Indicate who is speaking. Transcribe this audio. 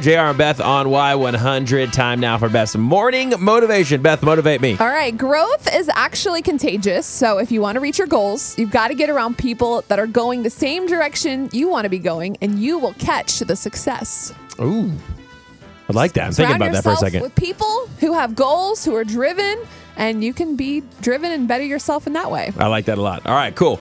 Speaker 1: JR and Beth on Y100. Time now for Beth's morning motivation. Beth, motivate me.
Speaker 2: All right, growth is actually contagious. So if you want to reach your goals, you've got to get around people that are going the same direction you want to be going, and you will catch the success.
Speaker 1: Ooh. I like that. I'm thinking
Speaker 2: Surround
Speaker 1: about that for a
Speaker 2: yourself
Speaker 1: second.
Speaker 2: With people who have goals, who are driven, and you can be driven and better yourself in that way.
Speaker 1: I like that a lot. All right, cool.